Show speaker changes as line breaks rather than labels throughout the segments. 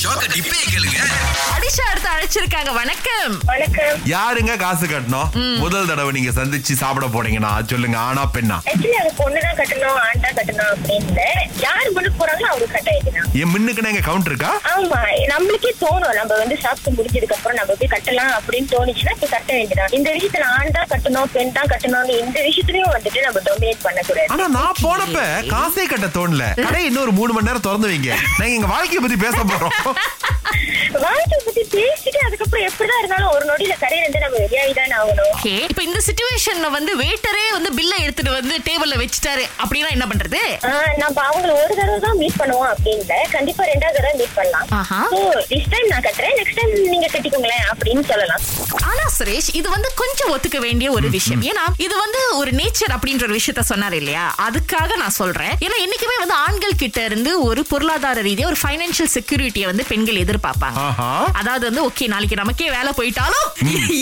ஷாக்க டிப்பே கேளுங்க
அடிஷா அடுத்து அழைச்சிருக்காங்க வணக்கம்
வணக்கம்
யாருங்க காசு கட்டணும் முதல் தடவை நீங்க சந்திச்சு சாப்பிட போனீங்கன்னா அது சொல்லுங்க ஆனா பெண்ணா
ஆக்சுவலி அது பொண்ணு தான் கட்டணும் ஆண் தான் கட்டணும் அப்படின்னு யார் முன்னு போறாங்களோ அவங்க கட்ட வைக்கணும்
என் மின்னுக்குன்னு எங்க கவுண்ட் இருக்கா
ஆமா நம்மளுக்கே தோணும் நம்ம வந்து சாப்பிட்டு முடிஞ்சதுக்கு அப்புறம் நம்ம போய் கட்டலாம் அப்படின்னு தோணுச்சுன்னா இப்ப கட்ட வேண்டியதான் இந்த விஷயத்துல ஆண் தான் கட்டணும் பெண் தான் கட்டணும்னு இந்த விஷயத்துலயும் வந்துட்டு நம்ம டொமினேட் பண்ணக்கூடாது
ஆனா நான் போனப்ப காசே கட்ட தோணல கடை இன்னொரு மூணு மணி நேரம் திறந்து வைங்க நாங்க எங்க வாழ்க்கைய பத்தி பேச போறோம்
வாழ்க்கையை பத்தி பேசிட்டு அதுக்கப்புறம் எப்படிதான் இருந்தாலும் ஒரு நொடியில கரையில இருந்து நம்ம வெளியாகிதான் ஆகணும்
ஓகே இப்போ இந்த சுச்சுவேஷன்ல வந்து வெயிட்டரே வந்து பில்ல எடுத்துட்டு வந்து டேபிள்ல வச்சுட்டாரு அப்படின்னா என்ன பண்றது
ஆஹ் நம்ம அவங்கள ஒரு தடவை தான் மீட் பண்ணுவோம் அப்படின்ல கண்டிப்பா ரெண்டாவது தடவை மீட் பண்ணலாம்
ஆஹா.
ஸோ டிஸ் டைம் நான் கட்டுறேன் நெக்ஸ்ட் டைம் நீங்க கட்டிக்கோங்களேன் அப்படின்னு சொல்லலாம்
ஆனா சுரேஷ் இது வந்து கொஞ்சம் ஒத்துக்க வேண்டிய ஒரு விஷயம் ஏன்னா இது வந்து ஒரு நேச்சர் அப்படின்ற ஒரு விஷயத்த சொன்னார் இல்லையா அதுக்காக நான் சொல்றேன் ஏன்னா என்னைக்குமே வந்து ஆண்கள் கிட்ட இருந்து ஒரு பொருளாதார ரீதியா ஒரு ஃபைனான்சியல் செக்யூரிட்டியை வந்து பெண்கள் எதிர்பார்ப்பாங்க
ஆஹா.
அதாவது வந்து ஓகே நாளைக்கு நமக்கே வேலை போயிட்டாலும்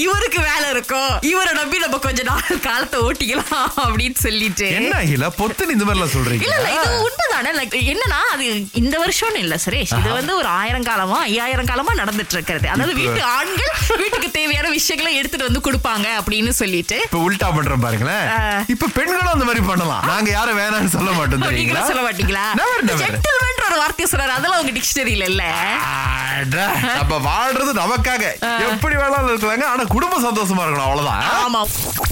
இவருக்கு வேலை இருக்கும் இவரை நம்பி நம்ம கொஞ்ச நாள் காலத்தை ஓட்டிக்கலாம் அப்படின்னு சொல்லிட்டு
என்ன அகில பொத்துன்னு இந்த மாதிரிலாம் சொல்றீங்க
இல்ல இல்ல இது உண்மைதானே Like, என்னன்னா அது இந்த வருஷம்னு இல்ல சுரேஷ் இது வந்து ஒரு ஆயிரம் காலமா ஐயாயிரம் காலமா நடந்துட்டு இருக்கிறது அதாவது வீட்டு ஆண்கள் வீட்டுக்கு தேவையான விஷயங்களை எடுத்துட்டு வந்து கொடுப்பாங்க அப்படின்னு சொல்லிட்டு
இப்ப உல்டா பண்றேன் பாருங்களேன்
ஆ.
இப்ப பெண்களும் அந்த மாதிரி பண்ணலாம் நாங்க யாரும் வேணாம்னு சொல்ல மாட்டோம்
நீங்களே
தெரியுங்களா
சொல்ல மாட்டீங்களா
Never, never.
ஜென்டில்மேன்ற ஒரு வார்த்தையை சொல்றாரு அதெல்லாம் உங்க டிக்ஷனரியில இல்ல
அட, நம்ம வாழ்றது நமக்காக எப்படி வேணாலும் இருக்கலாங்க ஆனா குடும்ப சந்தோஷமா இருக்கணும் அவ்வளவுதான்
ஆமா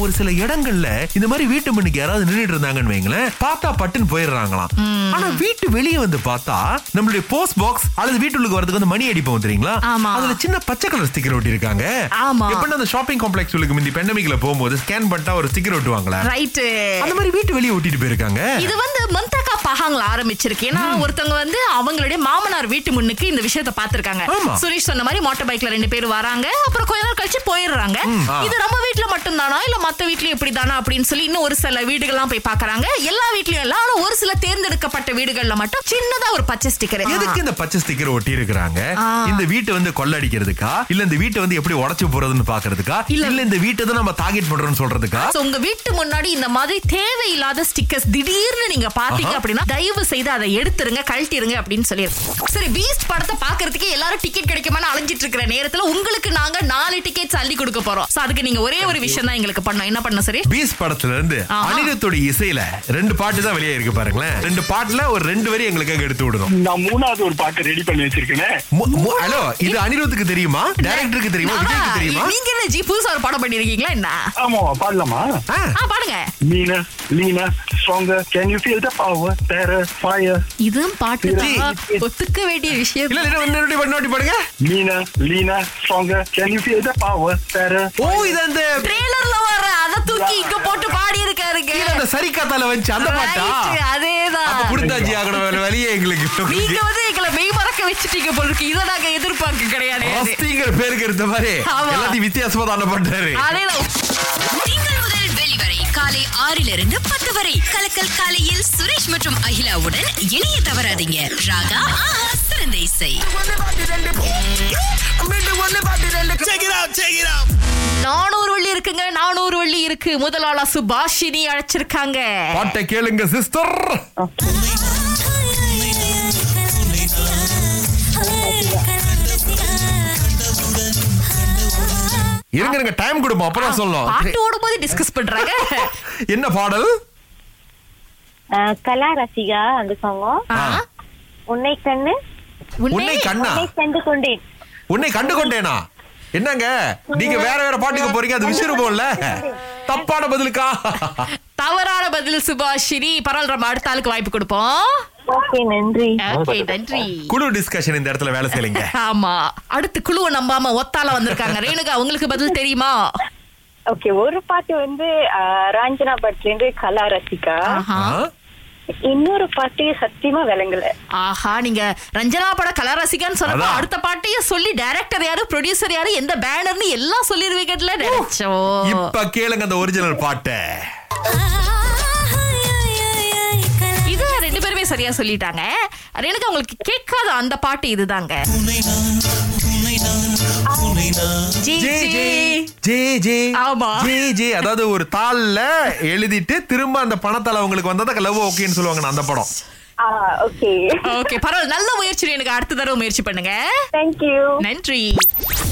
ஒரு சில இடங்கள்ல இந்த மாதிரி வீட்டு மணிக்கு யாராவது நின்னுட்டு இருந்தாங்கன்னு வைங்களேன் பார்த்தா பட்டுன்னு போயிடுறாங்களாம் ஆனா வீட்டு வெளியே வந்து பார்த்தா நம்மளுடைய போஸ்ட் பாக்ஸ் அல்லது வீட்டுக்கு வரதுக்கு வந்து மணி அடிப்போம் தெரியுங்களா
ஆமா.
அதுல சின்ன பச்சை கலர் ஸ்டிக்கர் ஒட்டி இருக்காங்க
ஆமா.
எப்படின்னா அந்த ஷாப்பிங் காம்ப்ளெக்ஸ் உள்ளுக்கு முந்தி பெண்டமிக்ல போகும்போது ஸ்கேன் பண்ணிட்டா ஒரு ஸ்டிக்கர் ஒட்டுவாங்களே
ரைட்டு
அந்த மாதிரி வீட்டு வெளியே ஒட்டிட்டு போயிருக்காங்க
இது வந்து மந்தகா பாகங்களை ஆரம்பிச்சிருக்கு ஏன்னா
Hmm.
ஒருத்தவங்க வந்து அவங்களுடைய மாமனார் வீட்டு முன்னுக்கு இந்த விஷயத்த பாத்திருக்காங்க
ஆமா.
சுரேஷ் சொன்ன மாதிரி மோட்டார் பைக்ல ரெண்டு பேர் வராங்க அப்புறம் கொஞ்ச நேரம் கழிச்சு போயிடுறாங்க
Hmm. ஆ.
இது நம்ம வீட்ல மட்டும் தானா இல்ல மத்த வீட்லயும் இப்படி தானா அப்படின்னு சொல்லி இன்னும் ஒரு சில வீடுகள்லாம் போய் பாக்குறாங்க எல்லா வீட்லயும் இல்ல ஆனா ஒரு சில தேர்ந்தெடுக்கப்பட்ட வீடுகள்ல மட்டும் சின்னதா ஒரு பச்சை ஸ்டிக்கர்
எதுக்கு இந்த பச்சை ஸ்டிக்கர் ஒட்டி இருக்கிறாங்க இந்த வீட்டை வந்து கொள்ளடிக்கிறதுக்கா இல்ல இந்த வீட்டை வந்து எப்படி உடைச்சு போறதுன்னு பாக்குறதுக்கா
இல்ல.
இல்ல இந்த வீட்டை தான் நம்ம டார்கெட் பண்றோம்னு சொல்றதுக்கா
So, உங்க வீட்டு முன்னாடி இந்த மாதிரி தேவையில்லாத ஸ்டிக்கர்ஸ் திடீர்னு நீங்க பாத்தீங்க
ஆஹா.
அப்படின்னா தயவு செய்து அதை எடுத்துருங்க கழட்டிருங்க அப்படின்னு சொல்லி சரி பீஸ்ட் படத்தை பாக்குறதுக்கு எல்லாரும் டிக்கெட் கிடைக்குமான்னு அலைஞ்சிட்டு இருக்கிற நேரத்துல உங்களுக்கு நாங்க நாலு டிக்கெட்ஸ் அள்ளி கொடுக்க போறோம் சோ அதுக்கு நீங்க ஒரே ஒரு விஷயம் தான் எங்களுக்கு பண்ணணும் என்ன பண்ணணும் சரி
பீஸ் படத்துல இருந்து
ஆஹா.
அனிருத்தோட இசையில ரெண்டு பாட்டு தான் வெளியே இருக்கு பாருங்களேன் ரெண்டு பாட்டுல ஒரு ரெண்டு வரி எங்களுக்காக எடுத்து விடணும்
நான் மூணாவது ஒரு பாட்டு ரெடி பண்ணி வச்சிருக்கேன்
மு- மு- ஹலோ இது அனிருத்துக்கு தெரியுமா டைரக்டருக்கு தெரியுமா
நானா?
விஜய்க்கு தெரியுமா
நீங்க என்ன ஜி புதுசா ஒரு படம் பண்ணிருக்கீங்களா என்ன
ஆமா பாடலாமா
ஆ,
ஆ பாடுங்க
Meena Leena stronger can you feel the power there fire
இதுவும் பாட்டு
ஜி,
தான் ஒத்துக்க வேண்டிய விஷயம்
இல்ல இல்ல இன்னொரு பண்ணாட்டி பாடுங்க
Meena Leena stronger can you feel the power there
ஓ இது அந்த
ட்ரெய்லர்ல வர அத தூக்கி இங்க போட்டு பாடி
கீழே
இருக்காருங்க
அந்த சரிக்காத்தால வந்துச்சு அந்த பாட்டா
Right,
அப்ப
அதேதான்
குடுத்தாச்சி ஆகணும் வழியே
நீங்க
எங்களுக்கு
வந்து எங்களை மெய் மறக்க வச்சுட்டீங்க போல இருக்கு இதை நாங்க எதிர்பார்க்க கிடையாது
ஆஸ்திங்கிற பேருக்கு இருந்த மாதிரி
ஆமா.
எல்லாத்தையும் வித்தியாசமா தானே பண்றாரு
அதேதான்
திங்கள் முதல் வெளிவரை காலை ஆறிலிருந்து பத்து வரை கலக்கல் காலையில் சுரேஷ் மற்றும் அகிலாவுடன் இணைய தவறாதீங்க ராகா ஆஹா சிறந்த இசை
நானூறு வள்ளி இருக்குங்க நானூறு வள்ளி இருக்கு முதல் ஆளா சுபாஷினி அழைச்சிருக்காங்க
பாட்டை கேளுங்க சிஸ்டர் இருங்க இருங்க டைம் கொடுப்போம் அப்புறம்
பாட்டு
சொல்லலாம்
ஓடும்போது டிஸ்கஸ் பண்றாங்க
என்ன பாடல்
கலா ரசிகா அந்த சாங்கும்
ஆ,
ஆ.
உன்னை கண்ணு
உன்னை கண்ணா
உன்னை கண்டு கொண்டேன்
உன்னை கண்டு கொண்டேனா என்னங்க நீங்க வேற வேற பாட்டுக்கு போறீங்க அது விசிறுபோம்ல தப்பான பதிலுக்கா
தவறான பதில் சுபாஷினி பரவாயில்ல நம்ம அடுத்த ஆளுக்கு வாய்ப்பு கொடுப்போம்
ஓகே நன்றி
ஓகே நன்றி
குழு டிஸ்கஷன் இந்த இடத்துல வேலை செய்யலைங்க
ஆமா அடுத்து குழுவை நம்பாம ஒத்தால வந்திருக்காங்க ரேணுகா உங்களுக்கு பதில் தெரியுமா
ஓகே ஒரு பாட்டு வந்து ஆஹ், ராஞ்சனா பட்ல இருந்து கலா ரசிகா
ஆஹா.
ஆ?
இன்னொரு பாட்டு சத்தியமா விளங்கல
ஆஹா நீங்க ரஞ்சனா பட கலரசிகான்னு சொன்னப்போ
அதான்.
அடுத்த பாட்டையே சொல்லி டைரக்டர் யாரு ப்ரொடியூசர் யாரு எந்த பேனர்னு எல்லாம் சொல்லிருவீங்கல்ல நினைச்சோம்
இப்ப கேளுங்க அந்த ஒரிஜினல் பாட்டை
இது ரெண்டு பேருமே சரியா சொல்லிட்டாங்க ரேணுகா உங்களுக்கு கேட்காத அந்த பாட்டு இதுதாங்க ஜி,
ஜே
ஜி.
ஜே ஜே ஜே
ஆமா.
ஜே ஜே அதாவது ஒரு தாள்ல எழுதிட்டு திரும்ப அந்த பணத்தால உங்களுக்கு வந்தா லவ் ஓகேன்னு சொல்லுவாங்க அந்த படம்
ஓகே
ஓகே பரவாயில்ல நல்ல முயற்சி எனக்கு அடுத்த தடவை முயற்சி பண்ணுங்க
தேங்க்யூ
நன்றி